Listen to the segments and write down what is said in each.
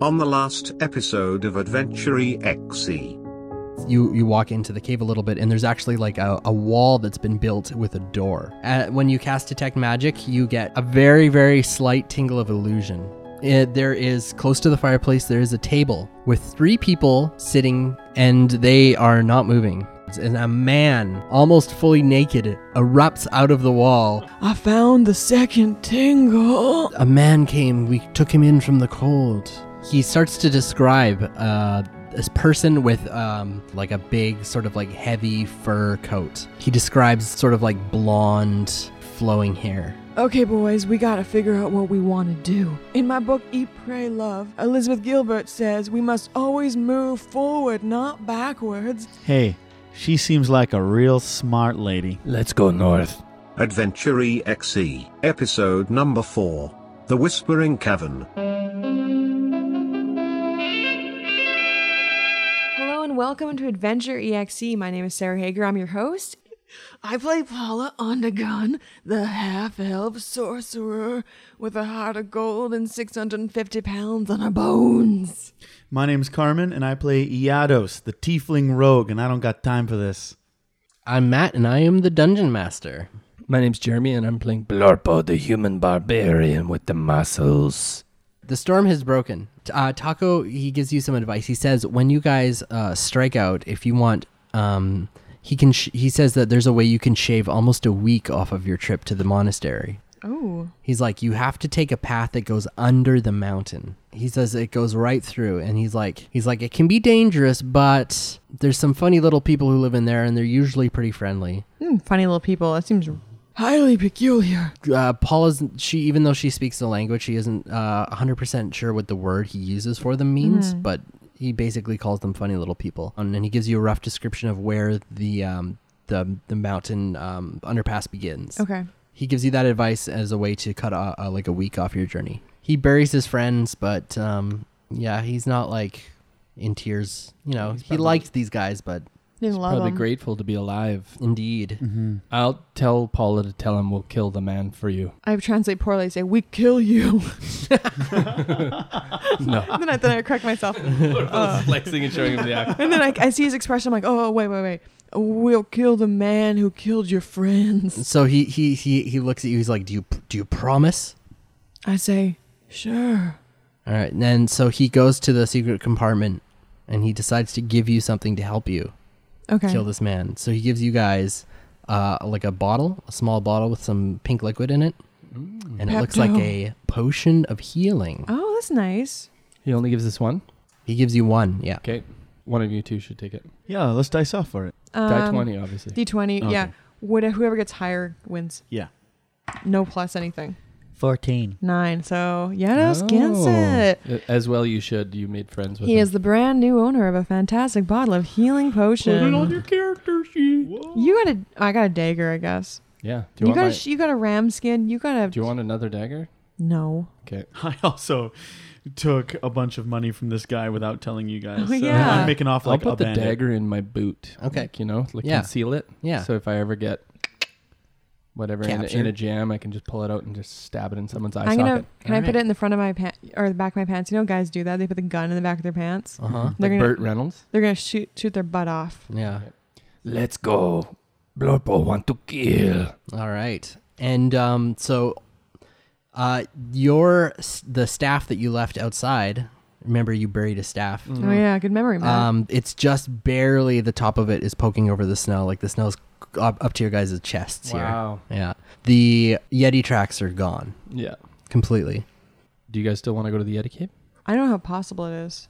on the last episode of Adventure E EXE. you you walk into the cave a little bit and there's actually like a, a wall that's been built with a door uh, when you cast detect magic you get a very very slight tingle of illusion It- there is close to the fireplace there is a table with three people sitting and they are not moving and a man almost fully naked erupts out of the wall I found the second tingle. a man came. We took him in from the cold. He starts to describe uh, this person with um, like a big, sort of like heavy fur coat. He describes sort of like blonde, flowing hair. Okay, boys, we gotta figure out what we wanna do. In my book, Eat, Pray, Love, Elizabeth Gilbert says we must always move forward, not backwards. Hey, she seems like a real smart lady. Let's go north. Adventure EXE, episode number 4 The Whispering Cavern. Hello and welcome to Adventure EXE. My name is Sarah Hager. I'm your host. I play Paula Undergun, the half elf sorcerer with a heart of gold and 650 pounds on her bones. My name's Carmen, and I play Iados, the tiefling rogue, and I don't got time for this. I'm Matt, and I am the dungeon master. My name's Jeremy, and I'm playing Blorpo, the human barbarian with the muscles. The storm has broken. Uh, Taco, he gives you some advice. He says when you guys uh, strike out, if you want, um, he can. Sh- he says that there's a way you can shave almost a week off of your trip to the monastery. Oh. He's like, you have to take a path that goes under the mountain. He says it goes right through, and he's like, he's like, it can be dangerous, but there's some funny little people who live in there, and they're usually pretty friendly. funny little people. That seems. Highly peculiar. Uh, Paula's she, even though she speaks the language, she isn't uh, 100% sure what the word he uses for them means, Mm-hmm. but he basically calls them funny little people, and then he gives you a rough description of where the um, the the mountain um, underpass begins. Okay. He gives you that advice as a way to cut uh, uh, like a week off your journey. He buries his friends, but um, yeah, he's not like in tears. You know, he liked these guys, but Didn't love Probably them. grateful to be alive. indeed, Mm-hmm. I'll tell Paula to tell him we'll kill the man for you. I translate poorly. I say we. We kill you. No. then I then I correct myself. Uh, flexing and showing him the act. And then I, I see his expression. I'm like, oh, wait, wait, wait. We'll kill the man who killed your friends. so he he he he looks at you. He's like, "Do you do you promise?" I say, sure. All right, and then so he goes to the secret compartment, and he decides to give you something to help you Okay. kill this man. So he gives you guys uh, like a bottle, a small bottle with some pink liquid in it, Mm. and it looks like Pepto. a potion of healing. Oh, that's nice. He only gives us one? He gives you one, yeah. Okay. One of you two should take it. Yeah, let's dice off for it. Die Um, 20, obviously. D twenty. Okay. Yeah. What, whoever gets higher wins. Yeah. No plus anything. 14. Nine. So Oh. Yanos gets it. Uh, Oh. As well you should. You made friends with He him. is the brand new owner of a fantastic bottle of healing potion. your character sheet. You got a. I got a dagger, I guess. Yeah. Do You, you, want got my- a. sh- You got a ram skin. You got a. Do you want another dagger? No. Okay. I also took a bunch of money from this guy without telling you guys. Oh, so yeah. I'm making off I'll like put a the bandit. dagger in my boot. Okay. Like, you know, like Yeah. conceal it. Yeah. So if I ever get whatever in, a- in a Captured. jam, I can just pull it out and just stab it in someone's eye I'm socket. gonna. Can I Alright. put it in the front of my pants or the back of my pants? You know, guys do that. They put the gun in the back of their pants. Uh mm-hmm. huh. They're Uh-huh. like gonna. Burt Reynolds. They're gonna shoot shoot their butt off. Yeah. Let's go. Blorpo want to kill. All right. And um, so, uh, your s- the staff that you left outside. Remember, you buried a staff. Mm. Hmm. Oh yeah, good memory, man. Um, it's just barely the top of it is poking over the snow. Like the snow's up, up to your guys' chests Wow. here. Yeah. The Yeti tracks are gone Yeah. completely. Do you guys still want to go to the Yeti Cave? I don't know how possible it is.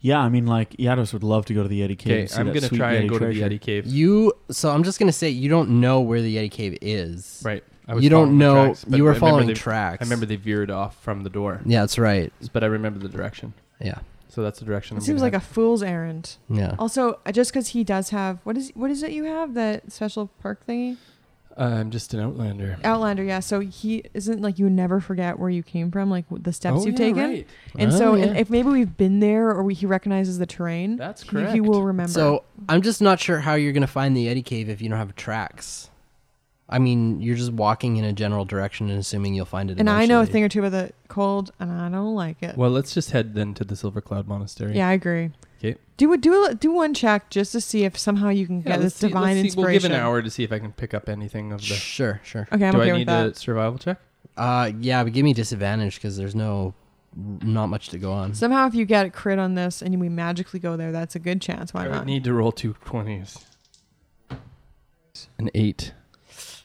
Yeah, I mean, like, Yados would love to go to the Yeti Cave. Okay, and see I'm that gonna sweet try and Yeti go treasure. to the Yeti Cave. You. So I'm just gonna say you don't know where the Yeti cave is. right. I You don't following the know- but you were I remember following they- tracks. I remember they veered off from the door, Yeah, that's right. but I remember the direction. Yeah. So that's the direction. It I'm seems gonna like a fool's errand. Yeah. Also, uh, just because he does have what is what is it you have that special perk thingy? a. I'm just an outlander. Outlander, yeah. So he isn't like you never forget where you came from, like w- the steps Oh, you've yeah, taken. right. And Oh, so, yeah. and if maybe we've been there or we, he recognizes the terrain, That's he, correct. he will remember. So I'm just not sure how you're gonna find the Yeti cave if you don't have tracks. I mean, you're just walking in a general direction and assuming you'll find it. And I know a eventually. thing or two about the cold, and I don't like it. Well, let's just head then to the Silver Cloud Monastery. Yeah, I agree. 'Kay. Do a, do a, do one check just to see if somehow you can Yeah, get let's this see- let's divine see- We'll give inspiration. an hour to see if I can pick up anything of the. Sure, sure. Okay, I'm Do okay I with need that. a survival check? Uh, yeah, but give me disadvantage because there's no, not much to go on. Somehow, if you get a crit on this and we magically go there, that's a good chance. Why I not? would need to roll two twenties. An eight.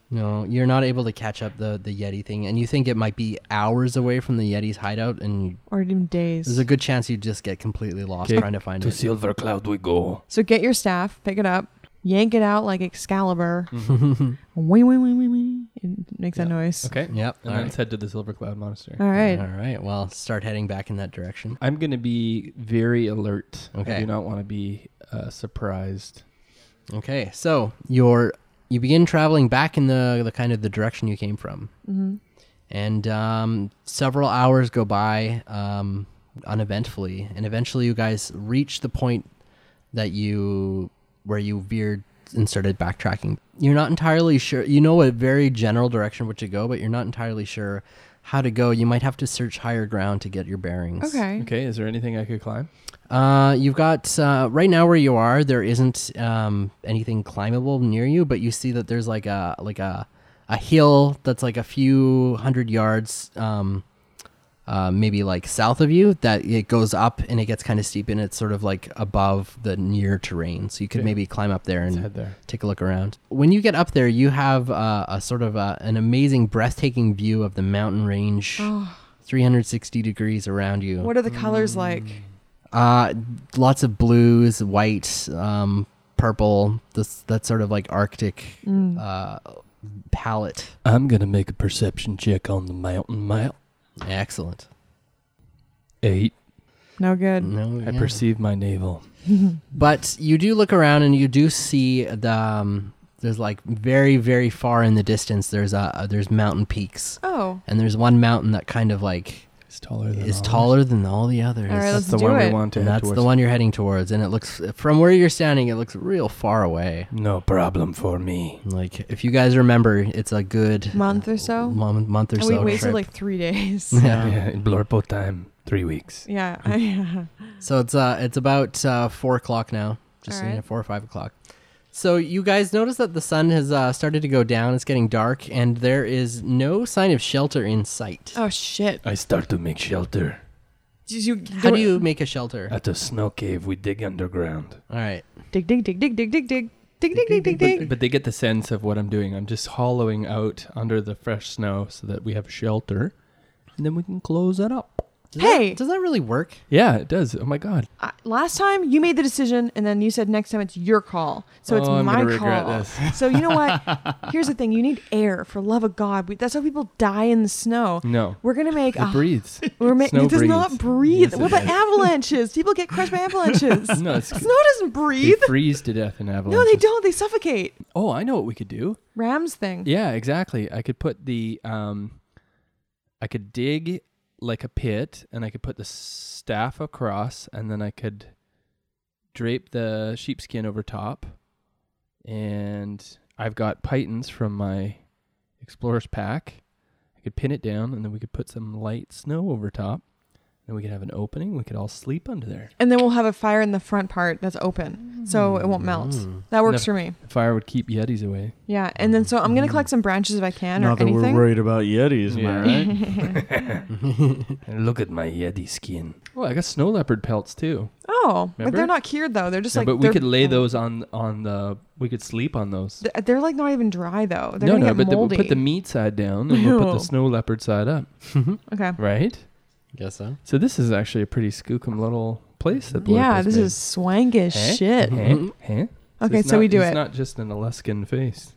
No, you're not able to catch up the the Yeti thing, and you think it might be hours away from the Yeti's hideout, and or even days. there's a good chance you just get completely lost Okay, trying to find To it. Silver Cloud we go. so get your staff, pick it up, yank it out like Excalibur. Wee, wee, wee, wee, wee. It makes that Yeah. noise. Okay. Yep. And all then right. let's head to the Silver Cloud Monastery. All right. All right. Well, start heading back in that direction. I'm going to be very alert. I Okay. do not want to be uh, surprised. Okay. So you're you begin traveling back in the the kind of the direction you came from, hmm and um, several hours go by um, uneventfully, and eventually you guys reach the point that you where you veered and started backtracking. You're not entirely sure. You know a very general direction which to go, but you're not entirely sure how to go. You might have to search higher ground to get your bearings. Okay. Okay. Is there anything I could climb? Uh, you've got uh, right now where you are. There isn't um, anything climbable near you, but you see that there's like a like a a hill that's like a few hundred yards, um, uh, maybe like south of you. That it goes up and it gets kind of steep, and it's sort of like above the near terrain. So you could Okay. maybe climb up there Let's and head there. take a look around. When you get up there, you have uh, a sort of uh an amazing, breathtaking view of the mountain range, Oh, 360 degrees around you. what are the colors like? Uh, lots of blues, white, um, purple. This that sort of like Arctic Mm. uh, palette. I'm gonna make a perception check on the mountain map. Excellent. Eight. No good. No, I yeah. perceive my navel. Mm, But you do look around and you do see the um, there's like very very far in the distance. There's a uh, there's mountain peaks Oh, and there's one mountain that kind of like It's taller than is all taller than all the others. All right, That's let's the do one we it. want to and head that's the towards. one you're heading towards, and it looks from where you're standing, it looks real far away. No problem for me. Like if you guys remember, it's a good month or so. month, month or and so. we wasted trip. like three days. Yeah. Yeah, in Blurpo time, three weeks. yeah. I- So it's uh it's about uh, four o'clock now, just All right. you know, four or five o'clock. So you guys notice that the sun has uh, started to go down. It's getting dark, and there is no sign of shelter in sight. oh shit. I start to make shelter Did you, How do you make a shelter? at a snow cave we dig underground. All right. dig dig dig dig dig dig dig dig dig dig dig dig? But, but they get the sense of what I'm doing. I'm just hollowing out under the fresh snow so that we have shelter, and then we can close that up. Does Hey! that, does that really work? Yeah, it does. Oh my god. I- last time you made the decision and then you said next time it's your call so it's Oh, I'm my gonna regret call this. so you know what here's the thing you need air for love of god we, that's how people die in the snow No, we're gonna make it a breathes. we're ma- Snow it does not breathes. breathe Yes, it what about does. avalanches people get crushed by avalanches no, it's, snow doesn't they breathe freeze to death in avalanches. no they don't they suffocate Oh, I know what we could do. ram's thing Yeah, exactly. I could put the um I could dig like a pit and I could put the staff across and then I could drape the sheepskin over top. And I've got pythons from my explorer's pack. I could pin it down and then we could put some light snow over top. Then we could have an opening. We could all sleep under there. and then we'll have a fire in the front part that's open so it won't melt that works No. for me The fire would keep yetis away. yeah and then so i'm gonna collect some branches if i can Mm-hmm. or Not that we're anything worried about Yetis, am I Yeah. right? Hmm. And look at my Yeti skin. Oh, I got snow leopard pelts too. Oh, but Remember? they're not cured though. They're just Yeah, like. but we they're- could lay those on on the we could sleep on those. Th- They're like not even dry though. They're no, gonna no, get but the, we'll moldy. put the meat side down and we'll put the Ew. snow leopard side up, okay. right? Guess so. So this is actually a pretty skookum little place that. Blurp Yeah, has this made. is swank as Eh? shit. Mm-hmm. Huh? Huh? Okay, it's so not- we do it. It's not just an Alaskan face.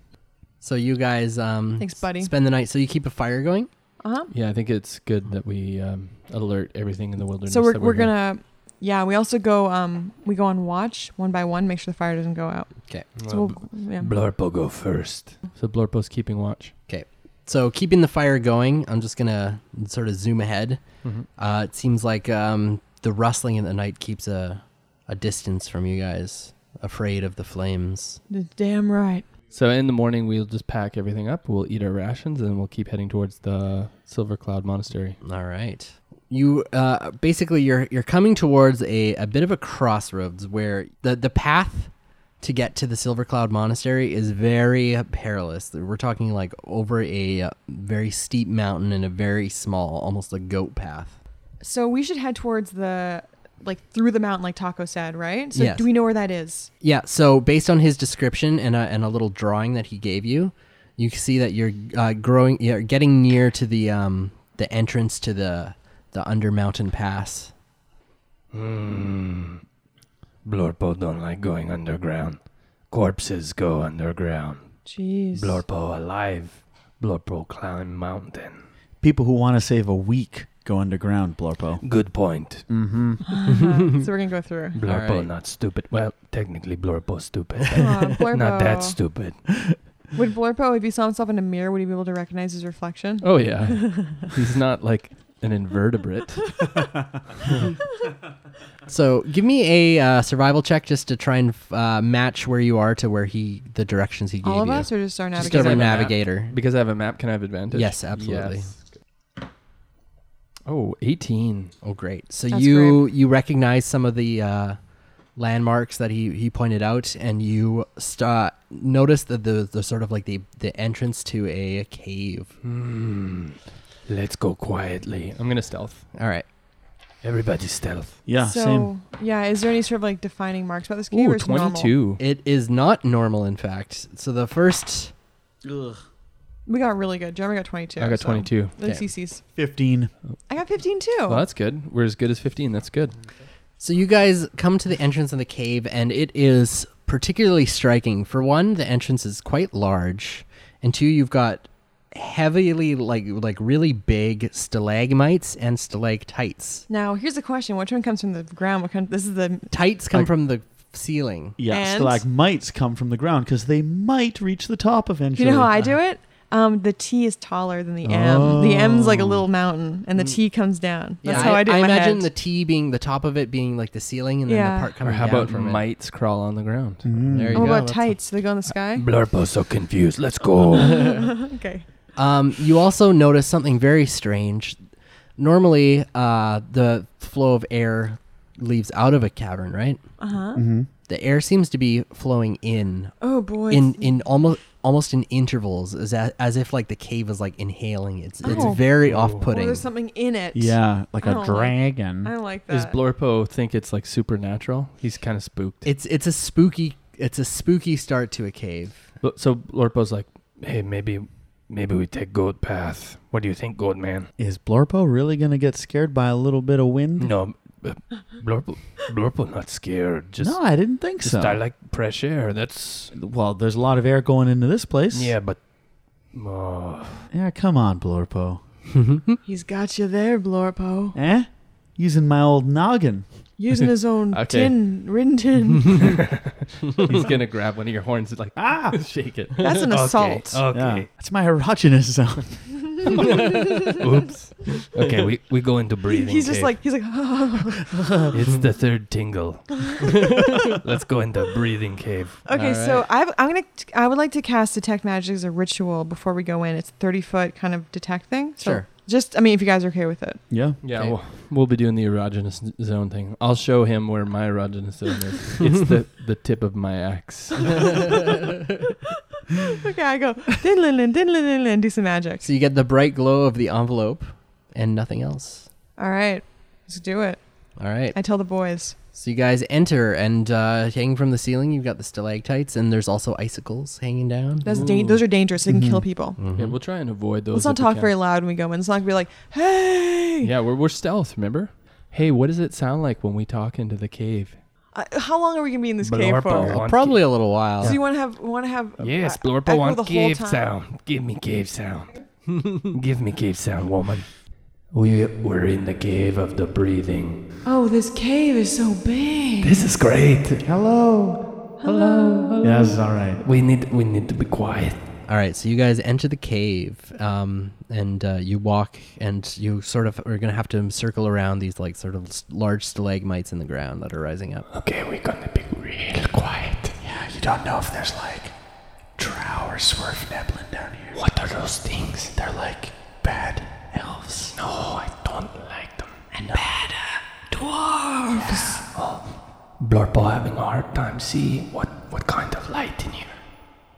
So you guys um Thanks, buddy. spend the night. So you keep a fire going. Uh huh. Yeah, I think it's good that we um, alert everything in the wilderness. So we're that we're gonna. Yeah, we also go. Um, we go on watch one by one, make sure the fire doesn't go out. gonna. So we'll, yeah. Blurpo go first. so Blurpo's keeping watch. So keeping the fire going, I'm just gonna sort of zoom ahead. Mhm. Uh, it seems like um, the rustling in the night keeps a, a distance from you guys, afraid of the flames. That's damn right. So in the morning, we'll just pack everything up. We'll eat our rations, and we'll keep heading towards the Silver Cloud Monastery. All right. You uh, basically you're you're coming towards a, a bit of a crossroads where the the path to get to the Silver Cloud Monastery is very perilous. We're talking like over a uh, very steep mountain and a very small, almost a goat path. So we should head towards the like through the mountain, like Taco said, right? So Yes. do we know where that is? Yeah. So based on his description and a, and a little drawing that he gave you, you can see that you're uh, growing, you're getting near to the um, the entrance to the the under mountain pass. Blorpo Hmm. don't like going underground. Corpses go underground. Jeez. Blorpo alive. Blorpo climb mountain. People who want to save a week go underground, Blorpo. Good point. Mm-hmm. so we're gonna go through. Blorpo right. not stupid. Well, technically Blorpo stupid. Aw, but not that Blorpo. stupid. Would Blorpo, if he saw himself in a mirror, would he be able to recognize his reflection? Oh yeah, he's not like an invertebrate. So give me a uh, survival check just to try and uh, match where you are to where he the directions he gave All of you. us, or just our just navigator? every a map. navigator. Because I have a map, can I have advantage? Yes, absolutely. Oh, 18. Oh, great! So That's you you recognize some of the uh, landmarks that he he pointed out, and you st- uh, notice that the the sort of like the the entrance to a cave. Hmm. Let's go quietly. I'm going to stealth. All right. Everybody stealth. Yeah, so, same. yeah, is there any sort of like defining marks about this cave? or Ooh, is it normal? 22. It is not normal, in fact. So the first, We got really good. Jeremy got 22. I got so- 22. The Okay. CCs. Fifteen. I got 15 too. Well, that's good. We're as good as 15. That's good. so you guys come to the entrance of the cave, and it is particularly striking. For one, the entrance is quite large, and two, you've got heavily like like really big stalagmites and stalactites. Now, here's the question: Which one comes from the ground? What kind? This is the Tights come Like- from the ceiling. Yeah, And? stalagmites come from the ground because they might reach the top You eventually. know how I do it? Um, the T is taller than the M. The M's like a Oh. little mountain, and the Mm. T comes down. That's how I, do it in my imagine head. the T being the top of it being like the ceiling, and then Yeah. the part Or coming how down about from mites crawl on the ground? it. There Mm. you Oh, what go. about That's- tights? Do they go in the sky? Blorpo so confused. Let's go. Mm. okay. Um, you also notice something very strange. Normally, uh, the flow of air leaves out of a cavern, right? Uh huh. Mm-hmm. The air seems to be flowing in, Oh boy. in in almost almost in intervals, as a- as if like the cave is like inhaling. It's Oh. it's very Ooh. Well, off-putting. there's something in it. Yeah, like I a don't like- dragon. I like Does that. Blorpo think it's like supernatural? He's kind of spooked. it's it's a spooky it's a spooky start to a cave. Bl- So Blorpo's like, hey, maybe maybe we take goat path. What do you think, goat man? Is Blorpo really gonna get scared by a little bit of wind? No, uh, Blorpo, Blorpo not scared. Just, no, I didn't think just so. I like fresh air. That's well, there's a lot of air going into this place. yeah, but oh, Yeah, come on, Blorpo. He's got you there, Blorpo. Eh? Using my old noggin. Using his own Okay. tin, ridden tin. he's going to grab one of your horns and like, ah, shake it. That's an assault. Yeah. okay, That's my erogenous zone. oops, okay. We we go into breathing. he's just cave. like he's like. it's the third tingle. Let's go into breathing cave. Okay, All so right. I've, I'm gonna. I would like to cast detect magic as a ritual before we go in. It's thirty foot kind of detect thing. So Sure. Just, I mean, if you guys are okay with it. Yeah. Yeah, Okay. we'll, we'll be doing the erogenous zone thing. I'll show him where my erogenous zone is. It's the, the tip of my axe. Oh. Okay, I go din lin lin din lin lin lin. Do some magic. So you get the bright glow of the envelope, and nothing else. All right, let's do it. All right. I tell the boys. So you guys enter, and uh, hanging from the ceiling, you've got the stalactites, and there's also icicles hanging down. That's dan- those are dangerous. They can kill people. Mm-hmm. Yeah, we'll try and avoid Mm-hmm. those. Let's not if we talk can. very loud when we go in. Let's not be like, hey. Yeah, we're, we're stealth, remember? Hey, what does it sound like when we talk into the cave? Uh, how long are we gonna be in this Blorpo cave for? want Probably a little while. So you want to have want to have ca- Yes, uh, echo Blorpo the wants whole cave time. sound. Give me cave sound. Give me cave sound, woman. We we're in the cave of the breathing. Oh, this cave is so big. This is great. Hello. Hello. Yeah, this is all right. We need we need to be quiet. All right, so you guys enter the cave, um, and uh, you walk, and you sort of are gonna have to circle around these like sort of s- large stalagmites in the ground that are rising up. Okay, we're gonna be real quiet. Yeah, you don't know if there's like traps swerve Neblin down here. What are those things? They're like bad elves. No, I don't like them. And bad dwarves. Oh, Blorpo having a hard time seeing what what kind of light in here.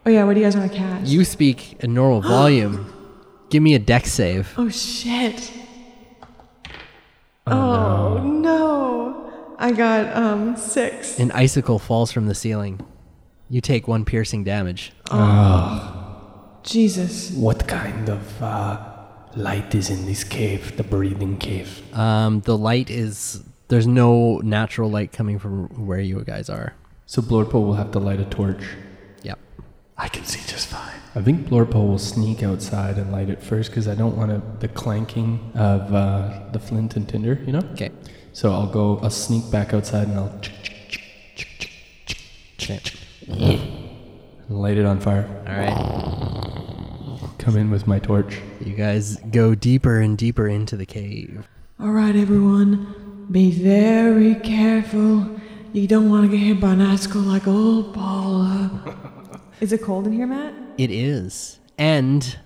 Oh yeah, what do you guys want to cast? You speak in normal volume. Give me a deck save. oh shit. Oh, no. I got um six. An icicle falls from the ceiling. You take one piercing damage. Jesus. What kind of uh, light is in this cave? The breathing cave. Um, the light is there's no natural light coming from where you guys are. So Blorpo will have to light a torch. Yep. I can see just fine. I think Blorpo will sneak outside and light it first because I don't want to, the clanking of uh, the flint and tinder, you know? Okay. So I'll go, I'll sneak back outside and I'll chick, chick, chick, chick, chick, chick, chick, chick, and light it on fire. All right. Come in with my torch. You guys go deeper and deeper into the cave. All right, everyone, be very careful. You don't want to get hit by an icicle like old Paula. Is it cold in here, Matt? It is. And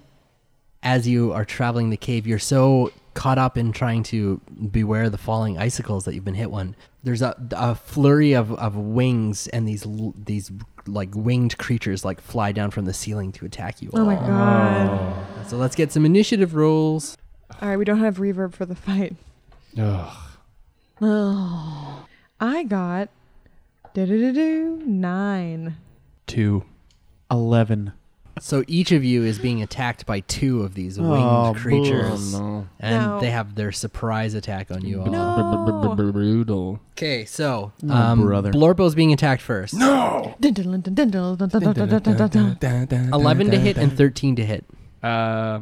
as you are traveling the cave, you're so caught up in trying to beware the falling icicles that you've been hit one. There's a, a flurry of, of wings and these l- these like winged creatures like fly down from the ceiling to attack you. Oh my all. god. So let's get some initiative rolls. All right, we don't have reverb for the fight. Ugh. Oh. I got do-do-do-do, nine. Two. 11. So each of you is being attacked by two of these winged Oh, creatures, no. and No. they have their surprise attack on you all. No. Brutal. Okay, so Oh, um, brother. Blorpo's being attacked first. Dun, dun, dun, dun, dun, dun, dun, dun, dun, dun, dun, dun, dun. Eleven to hit and thirteen to hit. Uh,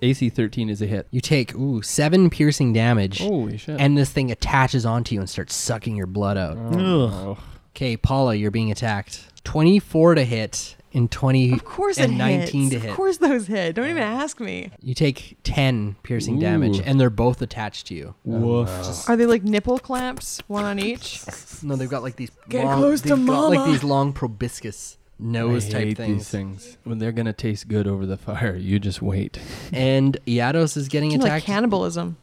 AC 13 is a hit. You take ooh seven piercing damage, Holy Oh, shit. and this thing attaches onto you and starts sucking your blood out. Oh, Ugh. Okay, Paula, you're being attacked. Twenty-four to hit and twenty. Of course and it nineteen hits. to hit. Of course those hit. Don't even ask me. You take ten piercing damage, Ooh. and they're both attached to you. Woof. Are they like nipple clamps, one on each? No, they've got like these Get long, close to they've got, like mama. these long proboscis nose I type hate things. these things. When they're gonna taste good over the fire, you just wait. And Iados is getting It's like attacked. cannibalism.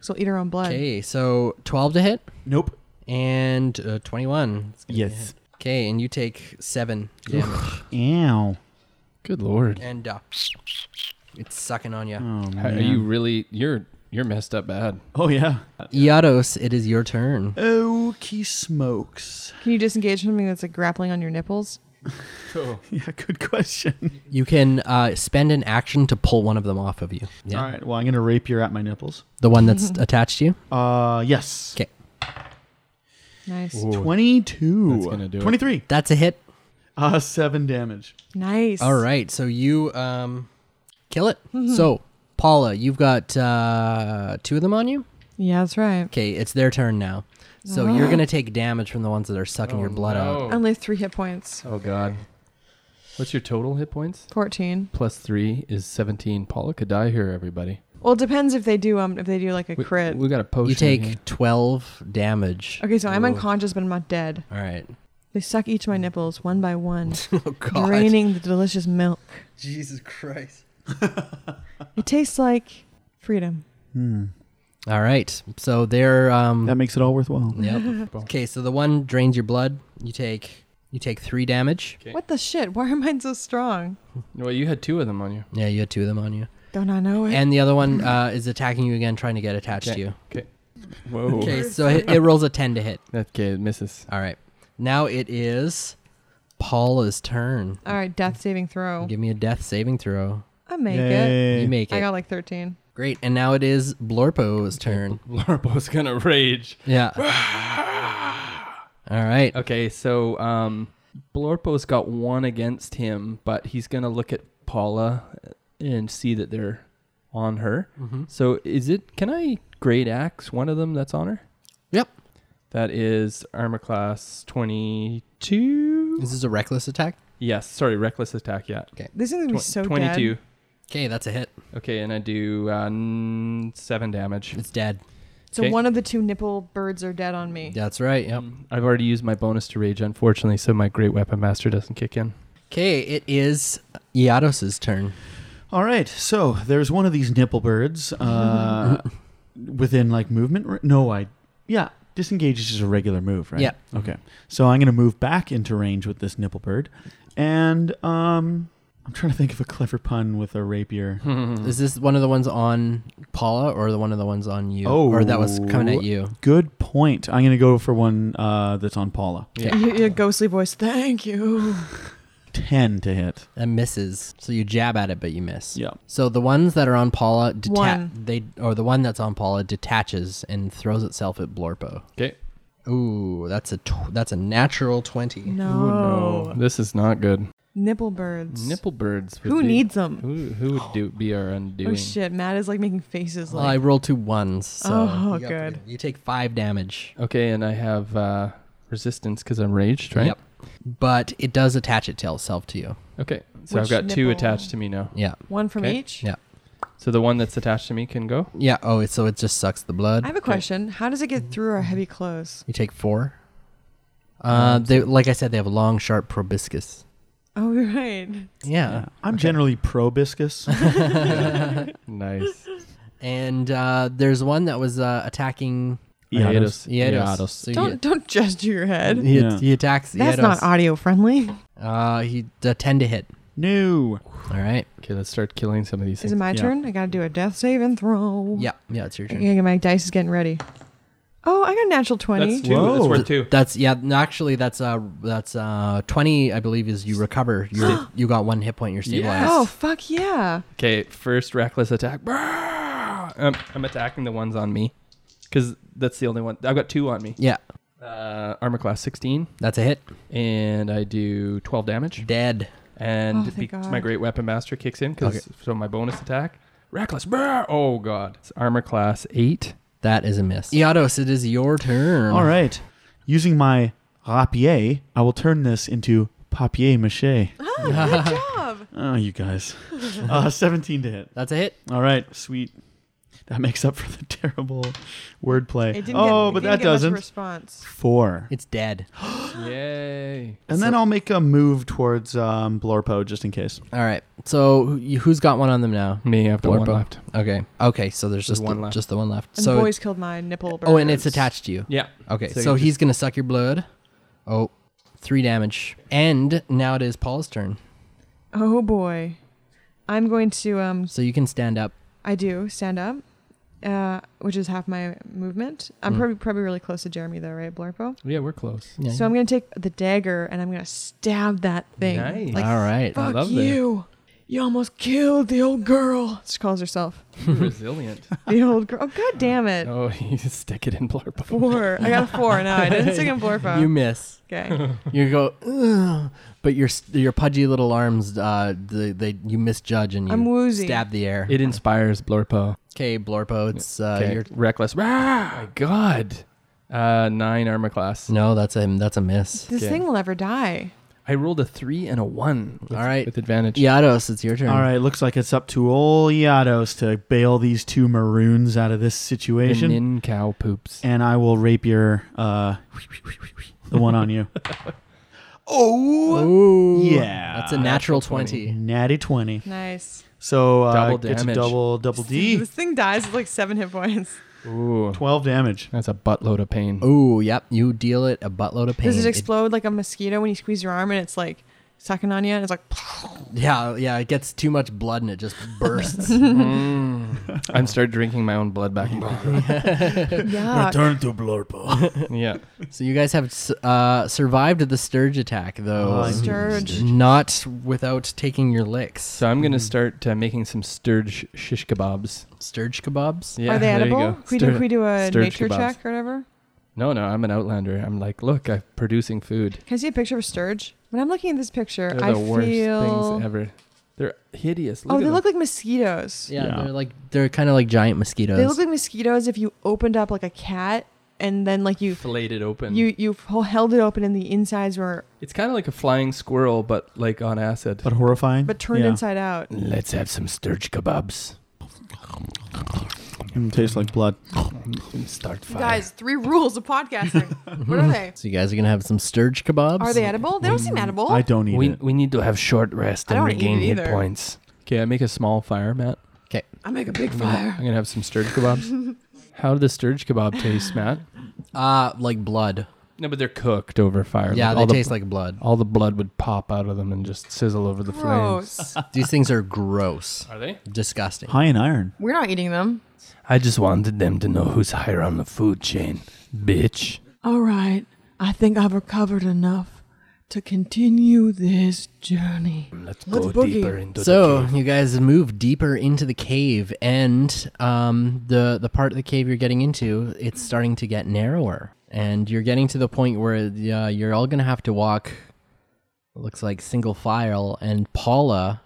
So eat her own blood. okay, so 12 to hit Nope. and uh, 21. Yes. Okay, and you take 7 damage Ow. Good lord, and uh, it's sucking on you. Oh, How- are man. you really? You're you're messed up bad. Oh, yeah. Iados, it is your turn. Okie smokes. Can you disengage something that's like grappling on your nipples? Yeah, good question. You can uh, spend an action to pull one of them off of you. Yeah. All right, well, I'm going to rapier at my nipples. The one that's attached to you. Uh, yes. 'Kay. Nice. 22. That's gonna do it. 23. That's a hit. Uh, 7 damage. Nice. All right, so you um, kill it. Mm-hmm. So, Paula, you've got uh, two of them on you. Yeah, that's right. Okay, it's their turn now. So you're gonna take damage from the ones that are sucking Oh, your blood out. Only three hit points. Oh god. Um, What's your total hit points? 14. Plus three is seventeen. Paula could die here, everybody. Well, it depends if they do um if they do like a We, crit. We got a potion. You here. take twelve damage. okay, so I'm unconscious, but I'm not dead. All right. They suck each of my nipples one by one, Oh God. draining the delicious milk. Jesus Christ. It tastes like freedom. All right. So they're um. Hmm. That makes it all worthwhile. Yep. Okay. So the one drains your blood. You take you take three damage. What the shit? Why are mine so strong? Well, you had two of them on you. Yeah, you had two of them on you. Don't I know it? And the other one uh, is attacking you again, trying to get attached to you. Okay. Whoa. Okay. So it, it rolls a ten to hit. Okay, it misses. All right. Now it is Paula's turn. All right, death saving throw. Give me a death saving throw. I make it. Yay. Mm. You make it. I got like 13. Great, and now it is Blorpo's turn. Larbo's gonna rage. Yeah. All right. Okay, so um, Blorpo's got one against him, but he's gonna look at Paula and see that they're on her. So is it? Can I great axe one of them that's on her? Yep. That is armor class twenty two. This is a reckless attack. Yes, sorry, reckless attack. Yeah, This is going to be so twenty two. dead. Okay, that's a hit. Okay, and I do uh, n- seven damage. It's dead. So Okay. one of the two nipple birds are dead on me. That's right. Yep. I've already used my bonus to rage, unfortunately, so my great weapon master doesn't kick in. Okay, it is Iados's turn. All right, so there's one of these nipple birds uh, within like movement. ra- No, I yeah, disengage is just a regular move, right? Yeah. Okay, so I'm gonna move back into range with this nipple bird, and um, I'm trying to think of a clever pun with a rapier. Is this one of the ones on Paula or the one of the ones on you? Oh. or that was coming at you. Good point. I'm gonna go for one uh, that's on Paula. Yeah. Your, your ghostly voice. Thank you. Ten to hit. Uh, That misses. So you jab at it, but you miss. Yeah. So the ones that are on Paula detach. One. They or the one that's on Paula detaches and throws itself at Blorpo. Okay. Ooh, that's a tw- that's a natural twenty. No. This is not good. Nipple birds. Nipple birds. would Who be- needs them? Who, who would do, be our undoing? Oh shit! Matt is like making faces. Well, I Like rolled two ones. So Oh, you got good. three. You take five damage. Okay, and I have uh, resistance because I'm raged, right? Yep. But it does attach itself to you. Okay, so I've Which got two nipple? attached to me now. Yeah. one from Okay. each. Yeah. So the one that's attached to me can go. Yeah. Oh, it, so it just sucks the blood. I have a question. How does it get through our heavy clothes? You take four. Uh, they like I said, they have a long, sharp proboscis. Oh, right. Yeah, I'm generally pro biscus. Nice. and uh, there's one that was uh, attacking Iados. Iedos. Iados. So Don't he, don't just your head. he, Yeah. he attacks That's Iedos. not audio friendly. Uh, he uh, ten to hit. no. All right. Okay, let's start killing some of these Is things. it my Yeah. turn? I gotta do a death save and throw. Yeah. Yeah, it's your turn. Okay, my dice is getting ready. Oh, I got a natural twenty. That's two. That's Whoa. worth two. That's yeah. no, Actually, that's uh, that's uh, twenty. I believe is you recover. You you got one hit point. You're stabilized. Oh fuck yeah! Okay, first reckless attack. Brrrr! I'm, I'm attacking the ones on me because that's the only one. I've got two on me. Yeah, Uh, armor class 16, that's a hit. and I do 12 damage. Dead. And Oh, thank be- God. my great weapon master kicks in because so my bonus attack. Reckless. Brrrr! Oh god. It's armor class 8. That is a miss. Iados, it is your turn. All right. Using my rapier, I will turn this into papier mache. Ah, Good job. Oh, you guys. Uh, 17 to hit. That's a hit. All right, sweet. That makes up for the terrible wordplay. It didn't get, oh, it but didn't get that much doesn't. response. Four. It's dead. Yay. And then I'll make a move towards um, Blorpo just in case. All right. So who- you- who's got one on them now? Me, I've got one Blorpo? left. Okay. Okay. So there's just one the, left. just the one left. And so boys killed my nipple. oh, and it's birds. attached to you. Yeah. Okay. So So, you he's gonna suck your blood. Oh, three damage. And now it is Paul's turn. Oh boy, I'm going to um. So you can stand up. I do stand up, uh, which is half my movement. I'm probably probably really close to Jeremy though, right, Blorpo? Yeah, we're close. Yeah. So I'm gonna take the dagger and I'm gonna stab that thing. Nice. Like All right. I fuck love that. you. You almost killed the old girl. She calls herself You're resilient. the old girl. Oh, God damn it. oh, you just stick it in Blurpo. Four. I got a four. No, I didn't sing in Blorpo. You miss. okay. You go, Ugh, but your s- your pudgy little arms, uh, they, they you misjudge and you I'm woozy. stab the air. It inspires Blurpo. Okay, Blorpo, it's uh, Okay. your Reckless. Ah, my God. Uh, nine armor class. no. That's a that's a miss. This Okay. thing will never die. I rolled a three and a one. With, All right. With advantage. Yados, it's your turn. All right, looks like it's up to ol' Yados to bail these two maroons out of this The situation. nin cow poops. and I will rapier uh, the one on you. oh, Ooh, yeah. that's a natural twenty. natty 20. Nice. So uh, Double gets a damage. double double D, This thing dies with like seven hit points. Ooh. twelve damage. That's a buttload of pain. Ooh, yep. You deal it a buttload of pain. Does it explode like a mosquito when you squeeze your arm and it's like sucking on you and it's like yeah, yeah. It gets too much blood and it just bursts. I'm start drinking my own blood back. yeah. Turn to Blorpo. yeah. so you guys have s- uh, survived the sturge attack, though. Oh, I- Sturge. Not without taking your licks. So I'm gonna start uh, making some sturge shish kebabs. Sturge kebabs. Yeah. Are they there edible? You go. Can we do, Stur- can we do a sturge nature kebabs. check or whatever? No, no. I'm an outlander. I'm like, look, I'm producing food. Can I see a picture of a sturge? When I'm looking at this picture, They're I the worst feel. things ever. They're hideous. Look oh, at they them. look like mosquitoes. Yeah, Yeah. they're like they're kind of like giant mosquitoes. They look like mosquitoes if you opened up like a cat and then like you filleted open. you you h- held it open and the insides were It's kind of like a flying squirrel, but like on acid. But horrifying. but turned Yeah. inside out. Let's have some sturge kebabs. It tastes like blood. Start fire. Guys, three rules of podcasting. what are they? So you guys are gonna have some sturge kebabs. Are they edible? They don't seem Mm, edible. I don't eat we, it. we need to have short rest I and don't eat regain it hit either. points. Okay, I make a small fire, Matt. I make a big I'm fire. gonna have some sturge kebabs. How do the sturge kebab taste, Matt? Uh, like blood. No, but they're cooked over fire. Yeah, Like, they all taste the, like blood. all the blood would pop out of them and just sizzle over the flames. Gross. These things are gross, Are they? disgusting. High in iron. We're not eating them. I just wanted them to know who's higher on the food chain, bitch. All right. I think I've recovered enough to continue this journey. Let's, Let's go boogie. deeper into So the cave. you guys move deeper into the cave, and um, the the part of the cave you're getting into, it's starting to get narrower, and you're getting to the point where uh, you're all gonna have to walk. Looks like single file, and Paula,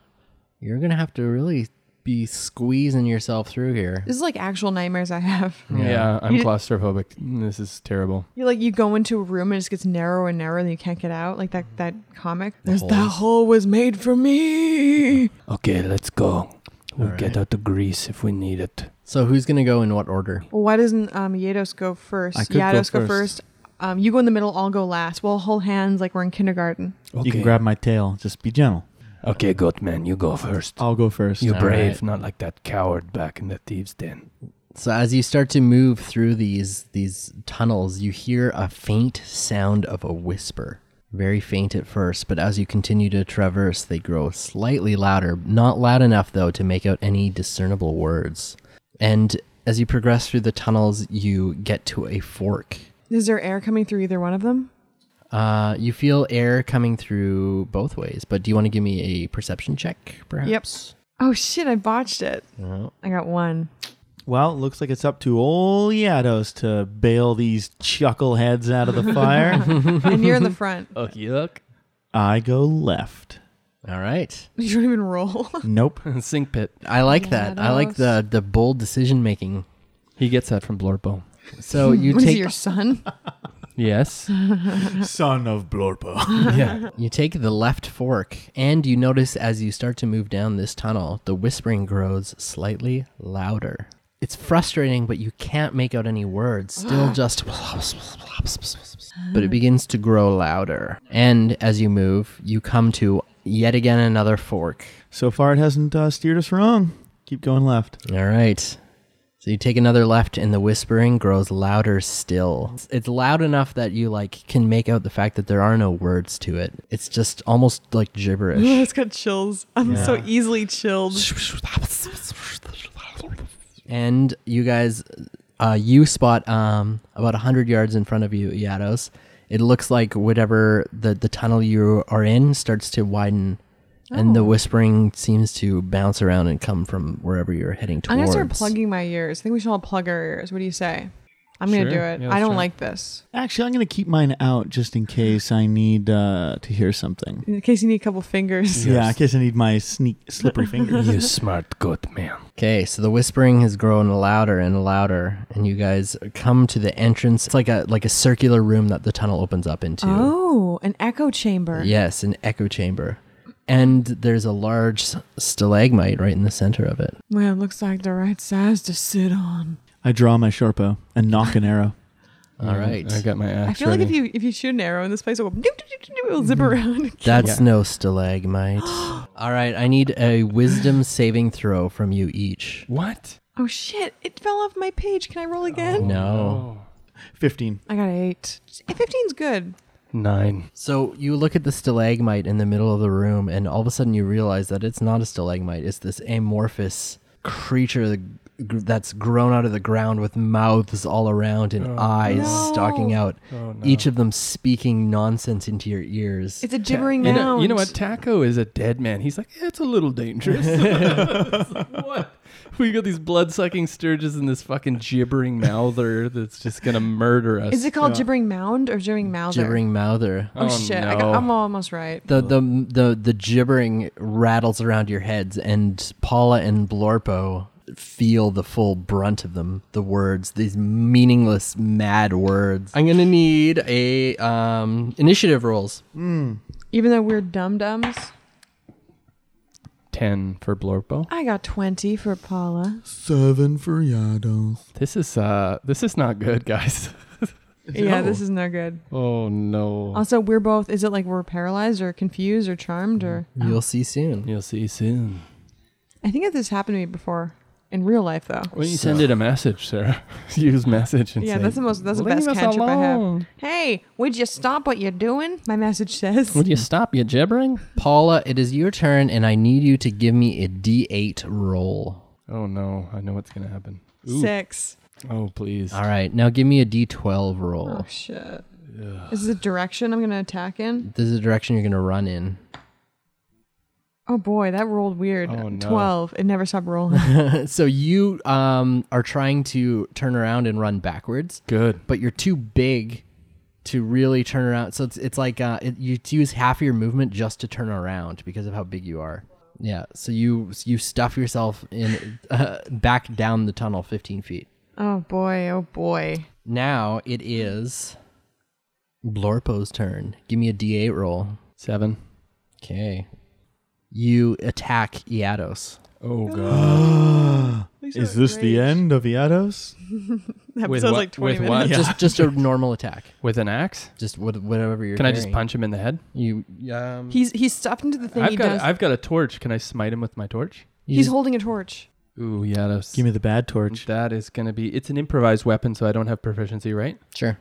you're gonna have to really be squeezing yourself through here. This is like actual nightmares I have. Yeah, I'm You- claustrophobic. This is terrible. You like you go into a room and it just gets narrower and narrower and you can't get out. Like that that comic. There's that holes. hole was made for me. Okay, let's go. We'll get out the grease if we need it. So who's gonna go in what order? Well, why doesn't um Yados go first? I could go Yados go first. first. Um, you go in the middle. I'll go last. We'll hold hands like we're in kindergarten. Okay. You can grab my tail. Just be gentle. Okay, goat man, you go first. I'll go first. You're All brave, right. not like that coward back in the thieves' den. So as you start to move through these these tunnels, you hear a faint sound of a whisper. Very faint at first, but as you continue to traverse, they grow slightly louder, not loud enough though to make out any discernible words. And as you progress through the tunnels, you get to a fork. Is there air coming through either one of them? Uh, you feel air coming through both ways, but do you want to give me a perception check, perhaps? Oh shit! I botched it. I got one. Well, it looks like it's up to old Yados to bail these chuckleheads out of the fire. and you're in the front. Oh, yuck. I go left. All right. You don't even roll. Nope. Sink pit. I like that. I like the the bold decision making. He gets that from Blorpo. So you What is take he, your son? Yes. Son of Blorpo. yeah. You take the left fork, and you notice as you start to move down this tunnel, the whispering grows slightly louder. It's frustrating, but you can't make out any words. Still just. But Ah. it begins to grow louder. And as you move, you come to yet again another fork. So far, it hasn't uh, steered us wrong. Keep going left. All right. So you take another left, and the whispering grows louder still. It's, it's loud enough that you like can make out the fact that there are no words to it. It's just almost like gibberish. it's got chills. I'm so easily chilled. and you guys uh, you spot um, about 100 yards in front of you yados it looks like whatever the, the tunnel you are in starts to widen and Oh. the whispering seems to bounce around and come from wherever you're heading I'm towards gonna start plugging my ears. I think we should all plug our ears. What do you say? I'm Sure. gonna do it. Yeah, I let's don't try it. like this. Actually, I'm going to keep mine out just in case I need uh, to hear something. In case you need a couple fingers. Yeah, in case I need my sneak slippery fingers. You smart goat man. okay so the whispering has grown louder and louder and you guys come to the entrance it's like a like a circular room that the tunnel opens up into Oh, an echo chamber. yes an echo chamber and there's a large s- stalagmite right in the center of it Well, it looks like the right size to sit on. I draw my Sharpo and knock an arrow. all right I got my axe. I feel like if you if you shoot an arrow in this place, it will, it will Mm-hmm. zip around. That's no stalagmite. All right, I need a wisdom saving throw from you each. What? Oh shit! It fell off my page. Can I roll Oh. again? No. 15. I got an eight. Fifteen's good. Nine. So you look at the stalagmite in the middle of the room, and all of a sudden you realize that it's not a stalagmite. It's this amorphous creature that- that's grown out of the ground with mouths all around and eyes stalking out, Oh, each of them speaking nonsense into your ears. It's a gibbering You know, mound. uh, you know what? Taco is a dead man. He's like, "Yeah, it's a little dangerous. It's like, what? We got these blood sucking sturges and this fucking gibbering mouther that's just gonna murder us. Is it called gibbering mound or gibbering mouther? gibbering mouther. Oh, shit! I no. got, I'm almost right. the the the the gibbering rattles around your heads, and Paula and Blorpo feel the full brunt of them. The words, these meaningless, mad words. I'm gonna need a Hmm. um initiative rolls. Even though we're dum dums. ten for Blorpo. I got 20 for Paula. Seven for Yados. This is uh this is not good, guys. Yeah, this is no good. Oh no. Also, we're both, is it like we're paralyzed or confused or charmed or. You'll see soon. You'll see soon. Mm-hmm. I think that this happened to me before in real life, though. When you send it a message, Sarah, use message and Yeah, say, that's the most, that's the "Leave best us catch up I have. alone." Hey, would you stop what you're doing? My message says. Would you stop your gibbering? Paula, it is your turn, and I need you to give me a D8 roll. Oh no, I know what's gonna happen. Ooh. Six. Oh please. All right, now give me a D12 roll. Oh, shit. Is this the direction I'm going to attack in? This is the direction you're going to run in. Oh boy, that rolled weird. Oh, no. 12. It never stopped rolling. So you um, are trying to turn around and run backwards, Good. but you're too big to really turn around. So it's, it's like uh, it, you use half of your movement just to turn around because of how big you are. Yeah, so you you stuff yourself in uh, back down the tunnel 15 feet. oh boy, oh boy. Now it is Blorpo's turn. Give me a D8 roll. Seven. Okay. You attack Iados. Oh god. Is this the end of Yados? That With sounds what- like 20 with minutes. what? Yeah. Just just a normal attack. With an axe? Just what, whatever you're. Can I just carrying. punch him in the head? you? Um, He's he's stuffed into the thing I've he got does. I've got a torch. Can I smite him with my torch? you he's just- holding a torch. Ooh, yeah. That's, Give me the bad torch. that is gonna be. It's an improvised weapon, so I don't have proficiency, right? sure.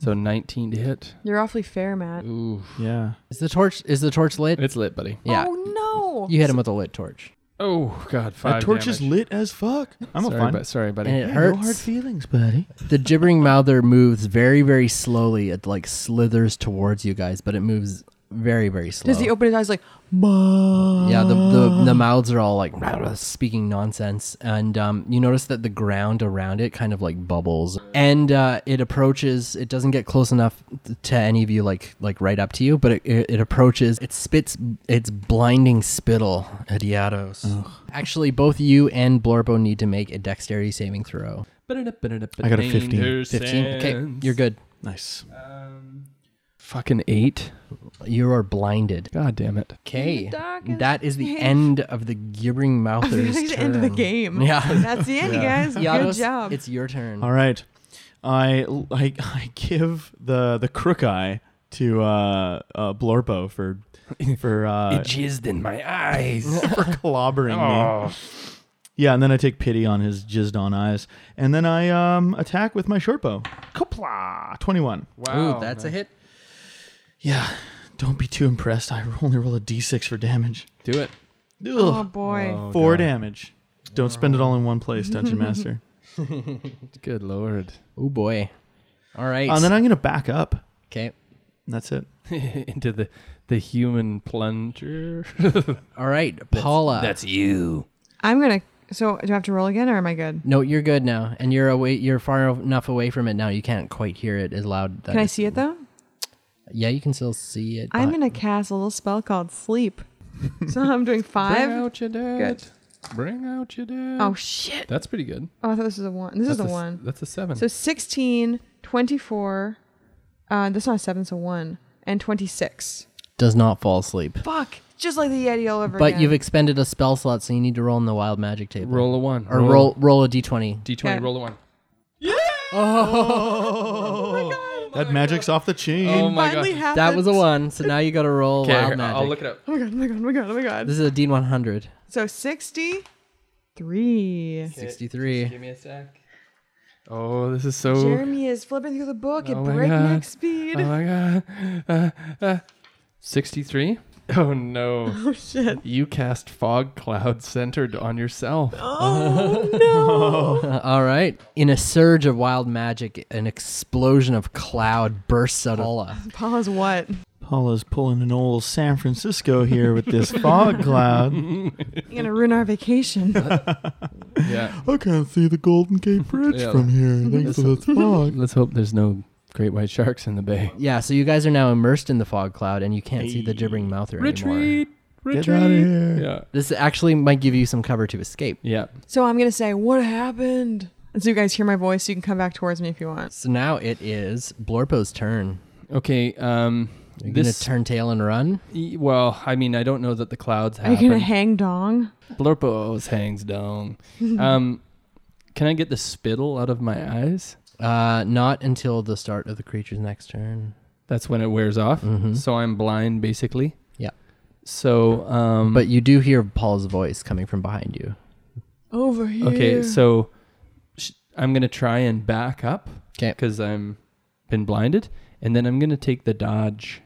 So 19 to hit. You're awfully fair, Matt. Ooh, Yeah. Is the torch? Is the torch lit? it's lit, buddy. yeah. Oh no. You hit him with a lit torch. Oh god, five. That torch is damage. lit as fuck. I'm sorry, a bu- fine. sorry, buddy. And it No hard hurts. feelings, buddy. The gibbering mouther moves very, very slowly. It like slithers towards you guys, but it moves very, very slow. Does he open his eyes like Yeah, the, the the mouths are all like rah, rah, speaking nonsense, and um, you notice that the ground around it kind of like bubbles, and uh, it approaches. It doesn't get close enough t- to any of you, like like right up to you, but it, it, it approaches. It spits its blinding spittle at Yados. Oh. Actually, both you and Blorbo need to make a dexterity saving throw. I got a 15. 15? Okay, you're good. Nice. Fucking eight. You are blinded. God damn it. Okay, darkest that is the cave. end of the gibbering mouther's That's the turn. end of the game. Yeah. That's the end, you guys. Good Yados, job. It's your turn. All right. I, I, I give the, the crook eye to uh, uh, Blorpo for for uh, jizzed in my eyes. for clobbering me. Yeah, and then I take pity on his jizzed on eyes, and then I um, attack with my short bow. Kapla, twenty one. Wow. Ooh, that's a hit. Yeah, don't be too impressed. I only roll a d6 for damage. Do it. Ugh, oh boy. Oh, four God. damage. Don't spend it all in one place, Dungeon Master. Good lord. Oh boy. All right. and then I'm gonna back up. okay. And That's it. Into the the human plunger. All right, Paula. you. I'm gonna so do I have to roll again or am I good? no, you're good now, and you're away. You're far enough away from it now. You can't quite hear it as loud. that Can I it's- see it though? Yeah, you can still see it. I'm but- gonna cast a little spell called sleep. so I'm doing Bring five. out your dead. Bring out your dead. Oh shit. that's pretty good. Oh I thought this was a one. This is That's the a s- one. That's a seven. So 16, 24, uh, that's not a 7, it's a 1, and 26. does not fall asleep. Fuck! Just like the Yeti all over But again. you've expended a spell slot, so you need to roll in the wild magic table. roll a one. or roll roll a d20. D twenty. Okay. Roll a one. that magic's off the chain. Oh my Finally god. happened. That was a one, so now you got to roll Okay, wild here, magic. I'll look it up. Oh my god, oh my god, oh my god, oh my god. This is a d100. So 63. Give 63. me a sec. Oh, this is so. Jeremy is flipping through the book Oh at my breakneck God. speed. Oh my god. Uh, uh, 63? Oh no. Oh shit. You cast fog cloud centered on yourself. Oh. All right. In a surge of wild magic, an explosion of cloud bursts out of Paula. Paula's what? Paula's pulling an old San Francisco here with this fog cloud. You're gonna ruin our vacation. Yeah. I can't see the Golden Gate Bridge Yeah. from here thanks to this fog. Let's hope there's no great white sharks in the bay. Yeah, so you guys are now immersed in the fog cloud and you can't see the gibbering mouther anymore. Retreat. Get out of here. Yeah. This actually might give you some cover to escape. Yeah. so I'm gonna say, What happened? And so you guys hear my voice, so you can come back towards me if you want. So now it is Blorpo's turn. Okay, um You're This- gonna turn tail and run. E- Well, I mean, I don't know that the clouds Are you gonna happen. hang dong? Blurpos hangs down. um, can I get the spittle out of my eyes? Uh, not until the start of the creature's next turn. That's when it wears off. So I'm blind, basically. Yeah. So, um, But you do hear Paul's voice coming from behind you. Over here. okay, so sh- I'm gonna try and back up 'Kay. because I'm been blinded, and then I'm gonna take the dodge.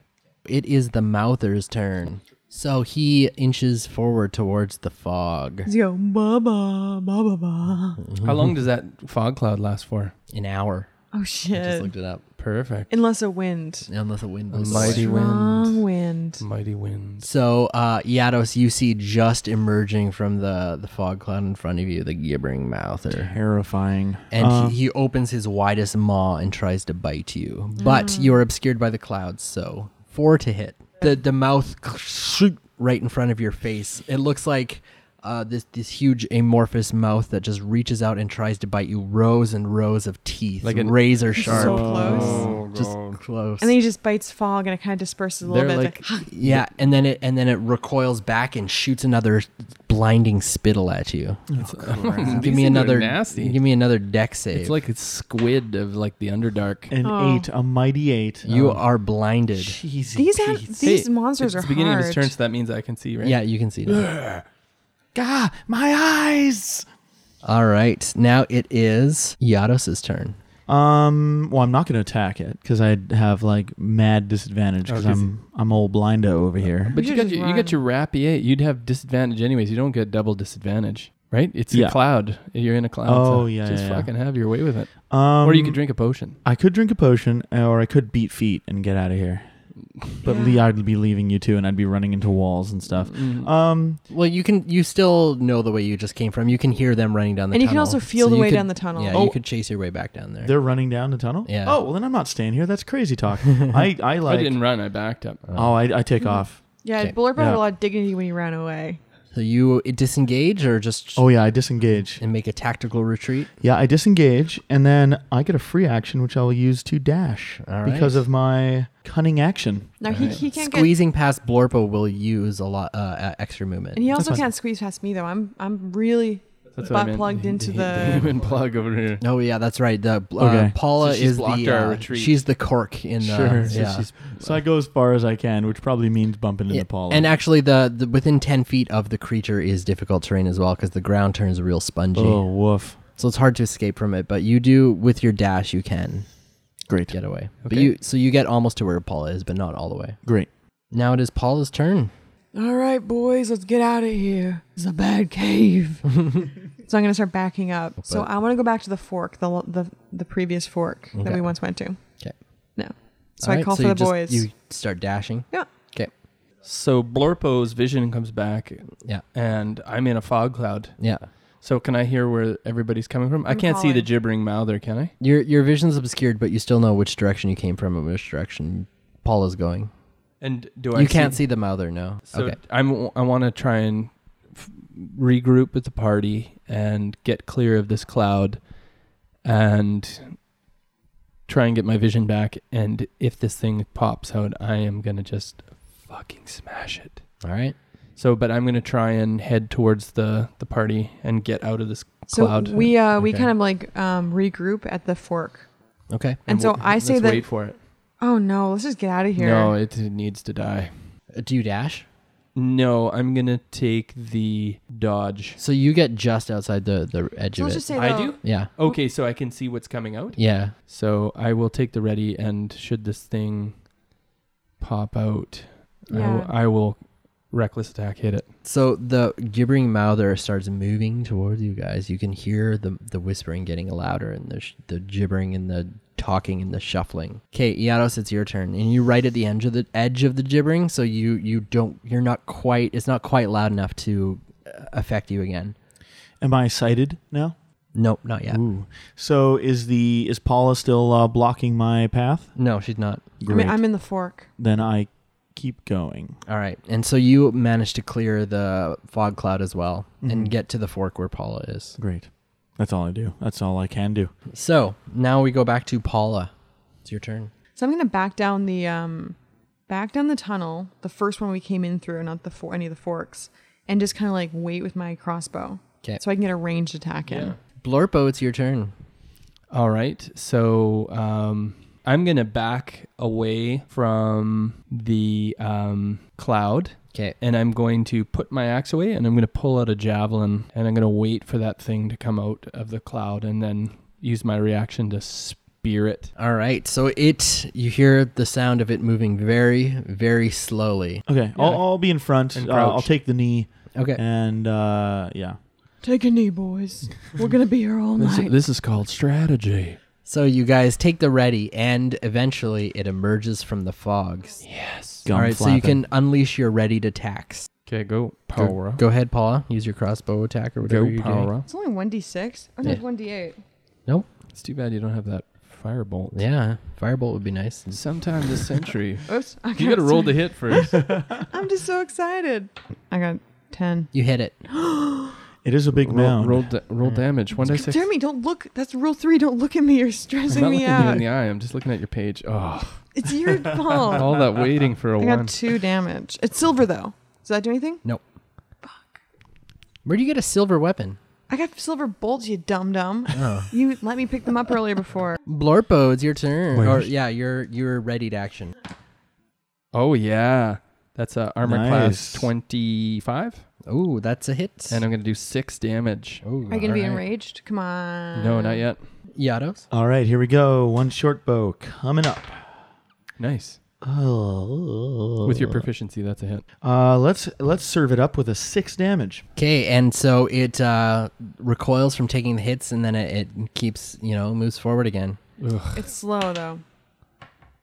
It is the mouther's turn. So he inches forward towards the fog. Does he go ba ba ba ba ba? How long does that fog cloud last for? An hour. Oh I just shit! looked it up. Perfect. Unless a wind, Unless a wind A blows. away. mighty wind. strong wind. Mighty wind. So, uh, Yados, you see just emerging from the, the fog cloud in front of you, the gibbering mouther. Terrifying. And Um, Uh, he, he opens his widest maw and tries to bite you. But Mm. you are obscured by the clouds, so four to hit. The, the mouth right in front of your face. It looks like uh, this, this huge amorphous mouth that just reaches out and tries to bite you rows and rows of teeth, Like like an- razor sharp. So Oh, close. just close. And then he just bites fog, and it kind of disperses a little They're bit. like Yeah, and then it and then it recoils back and shoots another blinding spittle at you. give These me things are another nasty. Give me another deck save. It's like a squid of like the Underdark. An Oh. eight, a mighty eight. you oh, Um, are blinded. Jeez. these an- these monsters it's are the beginning hard. of his turn, so that means I can see, right? Yeah, you can see now. Gah, Ah, my eyes. All right, now it is Yados's turn. Um. Well, I'm not going to attack it because I'd have like mad disadvantage because Oh, 'cause I'm I'm old blindo over here. But You you, should got just your, you got run. your rapier. You'd have disadvantage anyways. You don't get double disadvantage, right? It's Yeah. a cloud. You're in a cloud. so Oh, yeah, Just yeah, yeah. fucking have your way with it. Um, or you could drink a potion. I could drink a potion, or I could beat feet and get out of here. But Lee, I'd be leaving you too, and I'd be running into walls and stuff. Hmm. Mm-hmm. Um. Well, you can you still know the way you just came from. You can hear them running down the And you tunnel. can also feel the you way could- down the tunnel. Yeah, Oh. you could chase your way back down there. They're running down the tunnel. Yeah. Oh well, then I'm not staying here. That's crazy talk. I I like. I didn't run. I backed up. oh, I, I take off. Yeah, Okay. Blurb had a Yeah. lot of dignity when he ran away. so you disengage or just Oh yeah, I disengage. and make a tactical retreat. Yeah, I disengage, and then I get a free action, which I'll use to dash All right. because of my cunning action. Now he, he can't get, Squeezing past Blorpo will use a lot uh, uh, extra movement. and he also fine. can't squeeze past me though. I'm I'm really That's what I butt meant. plugged into The the. human plug over here. Oh yeah, that's right. The uh, Okay. Paula So she's is blocked the our uh, retreat. she's the cork in the Sure. So yeah. she's- So I go as far as I can, which probably means bumping into Yeah, Paula. And actually, the, the within ten feet of the creature is difficult terrain as well because the ground turns real spongy, oh, woof! so it's hard to escape from it. But you do with your dash, you can Great, get away. But Okay. you so you get almost to where Paula is, but not all the way. great. Now it is Paula's turn. All right, boys, let's get out of here. It's a bad cave. So I'm gonna start backing up. so But- I want to go back to the fork, the the the previous fork that Okay. we once went to. Okay. No. So All I right, call for you the just- boys. You start dashing. Yeah. Okay. So Blorpo's vision comes back, Yeah. and I'm in a fog cloud. Yeah. So can I hear where everybody's coming from? I I'm can't see the calling. gibbering mouther, can I? Your your vision's obscured, but you still know which direction you came from and which direction Paula's going. And do I You can't see the mouther, no. So okay. I'm I want to try and f- regroup with the party and get clear of this cloud and try and get my vision back and if this thing pops out I am going to just fucking smash it. All right. So but I'm going to try and head towards the the party and get out of this so cloud. we uh we Okay. kind of like um regroup at the fork. Okay. And, so we'll- I say let's that wait for it. oh no, let's just get out of here. No, it, it needs to die. Uh, Do you dash? No, I'm going to take the dodge. So you get just outside the, the edge so of let's it. just say I though- do. yeah. Okay, so I can see what's coming out. Yeah. So I will take the ready, and should this thing pop out, I Yeah. will- I will reckless attack hit it. So the gibbering mouther starts moving towards you guys. You can hear the the whispering getting louder and the sh- the gibbering and the talking and the shuffling. Okay, Iados, it's your turn, and you're right at the edge of the edge of the gibbering, so you you don't you're not quite it's not quite loud enough to uh, affect you again. Am I sighted now? Nope, not yet. Ooh. So is the is Paula still uh, blocking my path? No, she's not. I Great. mean, I'm in the fork. then I keep going. All right, and so you manage to clear the fog cloud as well Mm-hmm. and get to the fork where Paula is. Great. That's all I do. That's all I can do. So now we go back to Paula. It's your turn. So I'm gonna back down the um back down the tunnel, the first one we came in through, not the for- any of the forks, and just kind of like wait with my crossbow. 'Kay. So I can get a ranged attack in. Blurpo, it's your turn. All right. So um, I'm going to back away from the um, cloud Okay. and I'm going to put my axe away and I'm going to pull out a javelin and I'm going to wait for that thing to come out of the cloud and then use my reaction to spear it. All right. So it, you hear the sound of it moving very, very slowly. Okay, I'll, Yeah. I'll be in front. And Uh, I'll crouch. take the knee, Okay. and uh, yeah. Take a knee, boys. We're gonna be here all This, night. this is called strategy. So you guys take the ready, and eventually it emerges from the fogs. Yes. Gum All right. So you flapping. can unleash your readied attacks. Okay, go Go- power up. Go, ahead, Paula. Use your crossbow attack or whatever. Go you're power doing. up. It's only 1d6. Oh, no, it's 1d8. It's too bad you don't have that firebolt. Yeah. Firebolt would be nice. Sometime this century. Oops. I you got to got- roll the hit first. I'm just so excited. I got 10. You hit it. It is a big roll, mound. roll, da- roll damage. One die six. Jeremy, don't look. That's rule three. Don't look at me. You're I'm stressing not me looking you out. in the eye. I'm just looking at your page. Oh, It's your fault. all that waiting for a I one. got two damage. It's silver, though. Does that do anything? Where do you get a silver weapon? I got silver bolts, you dum dum. Oh. You let me pick them up earlier before. Blorpo, it's your turn. Wait, Or where's- yeah, you're you're ready to action. Oh yeah, that's uh, armor class Nice. twenty five, Oh, that's a hit. and I'm gonna do six damage. oh, Are you gonna be all right. enraged? Come on. No, not yet. Yados. All right, here we go. One short bow coming up. Nice. Oh. With your proficiency, that's a hit. Uh, let's let's serve it up with a six damage. Okay, and so it uh, recoils from taking the hits, and then it, it keeps you know moves forward again, It's slow though.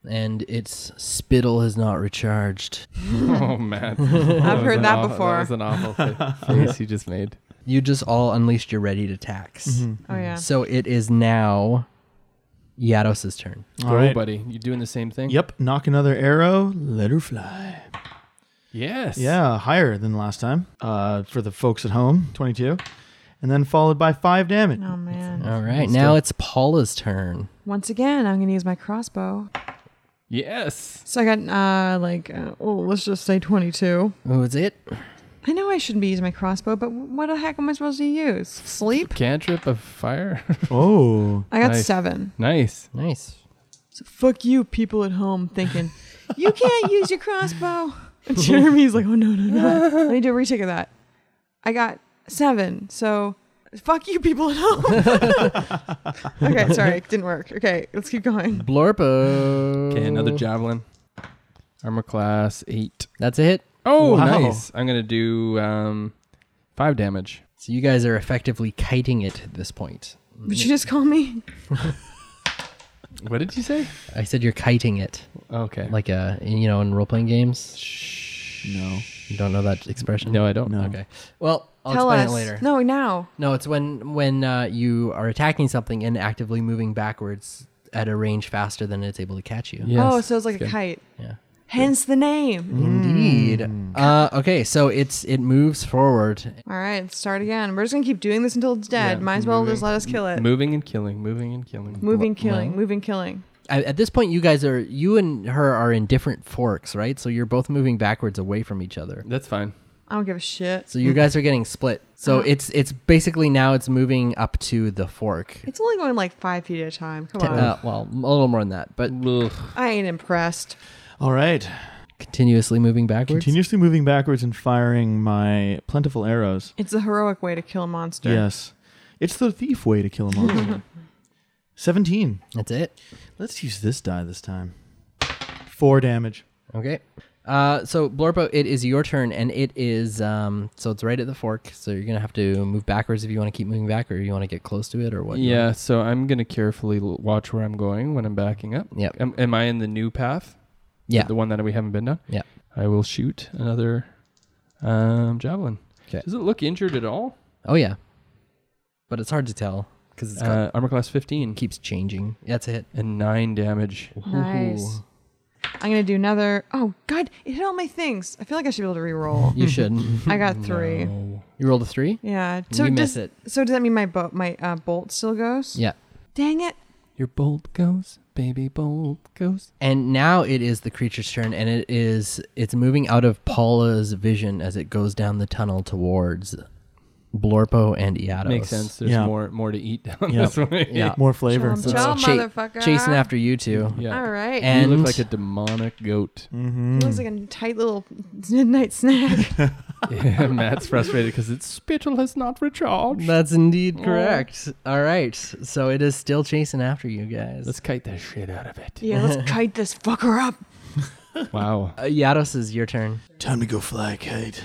and its spittle is not recharged. oh man, I've heard that That before. was an awful fa- face you just made. You just all unleashed your readied attacks. Mm-hmm. Oh Hmm. yeah. So it is now Yados' turn. All Go, right. buddy. You doing the same thing? Yep. Knock another arrow. Let her fly. Yes. Yeah, higher than last time. Uh, for the folks at home, twenty-two, and then followed by five damage. Oh man. All right, now it's Paula's turn. Once again, I'm gonna use my crossbow. Yes. So I got uh like uh, oh let's just say 22. Oh, is it? I know I shouldn't be using my crossbow, but what the heck am I supposed to use? Sleep. Cantrip of fire. Oh, I got Nice. seven. nice. Nice. So fuck you, people at home thinking you can't use your crossbow. And Jeremy's like, oh no no no. Let me do a retake of that. I got seven. So fuck you, people at home. okay, sorry, it didn't work. Okay, let's keep going. Blorpo. Okay, another javelin. Armor class eight. That's a hit. Oh, Wow. nice. I'm gonna do um, five damage. So you guys are effectively kiting it at this point. Would you just call me? What did you say? I said you're kiting it, Okay. like a you know in role playing games. no. You don't know that expression? no, I don't. No. Okay. Well, I'll Tell explain us. it later. No, now. No, it's when when uh, you are attacking something and actively moving backwards at a range faster than it's able to catch you. Yes. oh, so it's like a good. kite. Yeah. Hence the name. Indeed. Hmm. Uh, okay, so it's it moves forward. All right, let's start again. We're just gonna keep doing this until it's dead. Yeah, Might as well moving- just let us kill it. Moving and killing, moving and killing. Moving, killing, moving, killing. At, at this point, you guys are you and her are in different forks, right? So you're both moving backwards away from each other. That's fine. I don't give a shit. So you guys are getting split. Uh-huh. So it's it's basically now it's moving up to the fork. It's only going like five feet at a time. Come on. Uh, well, a little more than that, but I ain't impressed. All right. continuously moving backwards. Continuously moving backwards and firing my plentiful arrows. It's the heroic way to kill a monster. Yes, it's the thief way to kill a monster. Seventeen. That's it. Let's use this die this time. Four damage. Okay. Uh, so Blorpo, it is your turn, and it is um, so it's right at the fork. So you're gonna have to move backwards if you want to keep moving back, or you want to get close to it, or what? you Yeah, wanna- so I'm gonna carefully l- watch where I'm going when I'm backing up. Yep. Am, am I in the new path? Yeah. The one that we haven't been down. Yeah. I will shoot another um, javelin. 'Kay. Does it look injured at all? Oh yeah. But it's hard to tell because it's got, Uh, armor class 15 keeps changing. That's a hit. and nine damage. Nice. I'm gonna do another. Oh God! It hit all my things. I feel like I should be able to re-roll. You should. I got three. you rolled a three. Yeah. So You does, miss it. So does that mean my bo- my uh, bolt still goes? Yeah. Dang it! You're bold ghost, baby bold ghost. And now it is the creature's turn, and it is it's moving out of Paula's vision as it goes down the tunnel towards Blorpo and Iatos. Makes sense. There's Yeah. more more to eat down Yeah. this way. Yeah. More flavor. Chomp, So chomp, it's cha- motherfucker. Chasing after you two. Yeah. All right. And- you look like a demonic goat. Mm-hmm. looks like a tight little midnight snack. yeah, Matt's frustrated because its spittle has not recharged. That's indeed correct. All right. So it is still chasing after you guys. Let's kite the shit out of it. yeah, let's kite this fucker up. Wow. Uh, Yados is your turn. Time to go fly kite.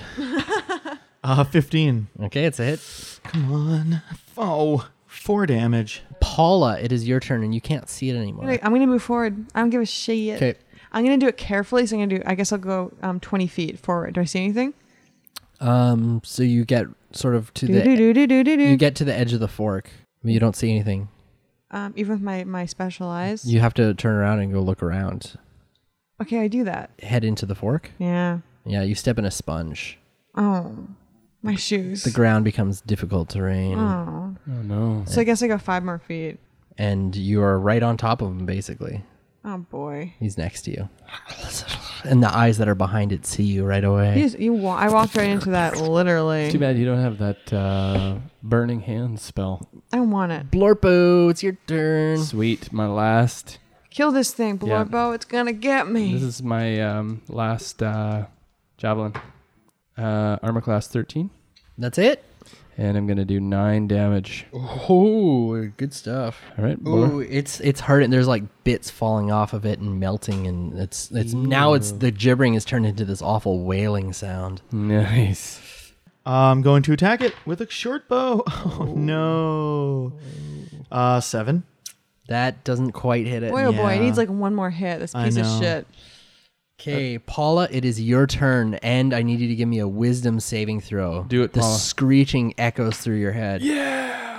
uh, 15. Okay, it's a hit. Come on. Oh, four damage. Paula, it is your turn, and you can't see it I'm anymore. gonna- I'm gonna move forward. I don't give a shit. Okay. I'm gonna do it carefully. So I'm gonna do. I guess I'll go um, 20 feet forward. Do I see anything? Um. So you get sort of to Do do the do do do do you do. get to the edge of the fork. but You don't see anything. Um, even with my my special eyes. You have to turn around and go look around. Okay, I do that. Head into the fork. Yeah. Yeah, you step in a sponge. Oh, my shoes. The ground becomes difficult terrain, oh. Oh no. So I guess I go five more feet. and you are right on top of him. Basically, Oh boy. he's next to you, and the eyes that are behind it see you right away. You, just, you wa- I walked right into that Too literally. bad you don't have that uh, burning hand spell. I want it. Blorpo, it's your turn. Sweet, my last. Kill this thing, Yeah. Blorbo. It's gonna get This me. is my um, last uh, javelin. Uh, armor class 13, That's it. and I'm gonna do nine damage. All Oh, good stuff. right, Ooh, Blor- it's it's hurting. There's like bits falling off of it and melting, and it's it's now it's the gibbering has turned into this awful wailing sound. nice. I'm going to attack it with a short bow. Oh, no. Oh. Uh, seven. That doesn't quite hit it. Boy, oh boy, it Yeah. needs like one more hit. This I piece of know. shit. Okay, Paula, it is your turn, and I need you to give me a Wisdom saving throw. Do it, The Paula. screeching echoes through your head. All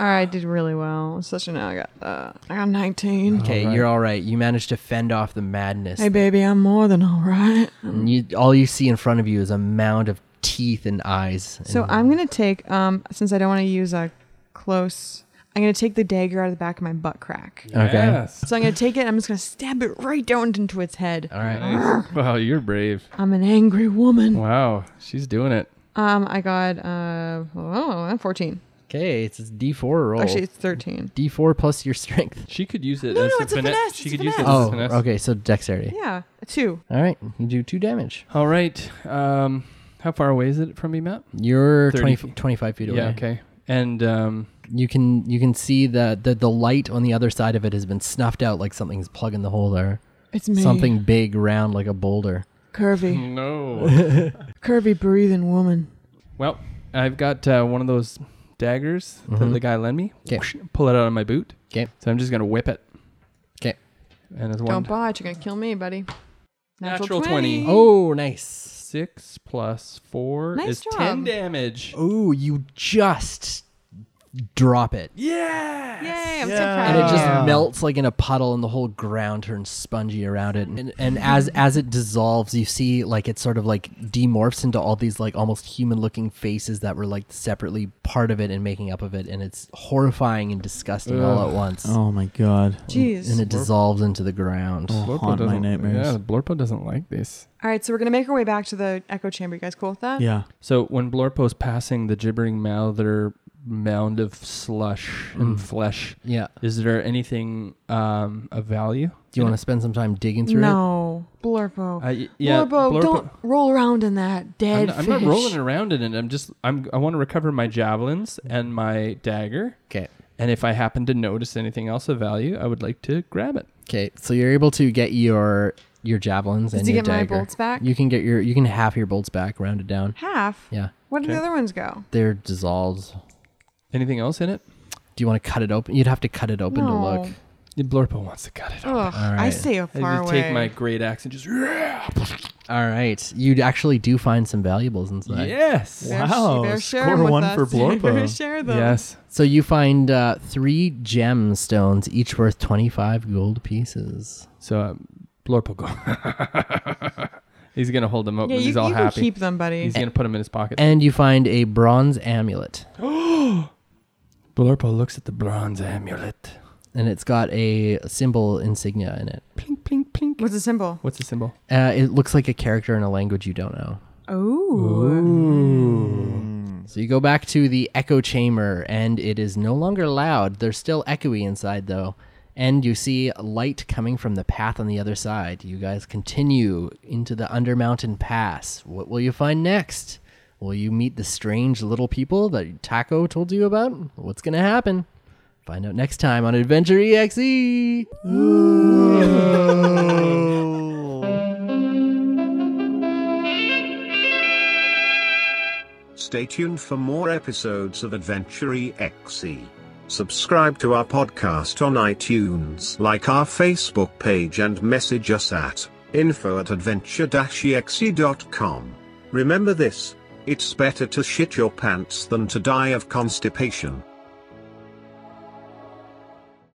right, I did really well. Such an I got uh, I got 19. Okay, you're all right. You managed to fend off the madness. Hey baby, I'm more than all right. And you, all you see in front of you is a mound of teeth and eyes. So and I'm gonna take um since I don't want to use a close. I'm gonna take the dagger out of the back of my butt crack. Okay. Yes. So I'm gonna take it. and I'm just gonna stab it right down into its head. Oh. all right. uh-huh. Nice. Wow, you're brave. I'm an angry woman. Wow, she's doing it. Um, I got uh oh, I'm 14. Okay, it's a D4 roll. Actually, it's 13. D4 plus your strength. She could use it No, as no, a it's a finesse. finesse, She it's a could use it finesse. as a Oh, finesse. okay. So dexterity. Yeah, a two. All right, you do two damage. All right. Um, how far away is it from me, Matt? You're 30 20, feet. 25 feet away. Yeah. Okay. And um, You can you can see that the, the light on the other side of it has been snuffed out like something's plugging the hole there. It's me. Something big, round, like a boulder. curvy, no. curvy breathing woman. well, I've got uh, one of those daggers that Mhm. the guy lent me. 'Kay. Whoosh, Pull it out of my boot. 'Kay. So I'm just gonna whip it. 'Kay. And it's one Don't botch. You're gonna kill me, buddy. Natural 20. Oh, nice. six plus four Nice is job. ten damage. Oh, you just drop it. Yeah. Yay! I'm so Yeah. proud And it of just you. Yeah. melts like in a puddle, and the whole ground turns spongy around it. And, and as as it dissolves, you see like it sort of like demorphs into all these like almost human-looking faces that were like separately part of it and making up of it. And it's horrifying and disgusting all Ugh. at once. Oh, my God. And Jeez. it dissolves into the ground. Oh, haunt my doesn't- nightmares. Yeah, Blorpo doesn't like this. All right, so we're gonna make our way back to the echo chamber. You guys cool with that? Yeah. So when Blorpo's passing the gibbering mouther mound of slush and flesh, Yeah. is there anything um, of value? Do you want to spend some time digging through it? No, Blurpo. Uh, y- yeah, Blurbo, Blorpo- don't roll around in that I'm dead not, I'm fish. not rolling around in it. I'm just I'm I want to recover my javelins and my dagger. Okay. And if I happen to notice anything else of value, I would like to grab it. Okay. So you're able to get your your javelins Did and you your get my dagger. bolts back? You can get your you can half your bolts back rounded down. Half. Yeah. Where did the Okay. other ones go? They're dissolved. Anything else in it? Do you want to cut it open? You'd have to cut it open to look. No. The Blorpo wants to cut it Ugh, off. I right. stay I Oh, far just away. take my great axe and just All right. You actually do find some valuables inside. yes, Better sh- Wow, better share score them with one us. for Blorpo. Better share them. yes. So you find uh, three gemstones, each worth twenty-five gold pieces. So um, Blorpo go. he's gonna hold them up. Yeah, and you, he's all you can happy. keep them, eh? buddy. He's gonna put them in his pocket. And you find a bronze amulet. Blorpo looks at the bronze amulet. and it's got a symbol insignia in it. Plink, plink, plink. What's the symbol? What's the symbol? Uh, it looks like a character in a language you don't know. Oh. So you go back to the echo chamber, and it is no longer loud. There's still echoey inside, though. And you see light coming from the path on the other side. You guys continue into the Undermountain Pass. What will you find next? Will you meet the strange little people that Taco told you about? What's going to happen? Find out next time on Adventure E EXE! Stay tuned for more episodes of Adventure EXE. Subscribe to our podcast on iTunes, like our Facebook page, and message us at info at adventure exe.com. Remember this it's better to shit your pants than to die of constipation.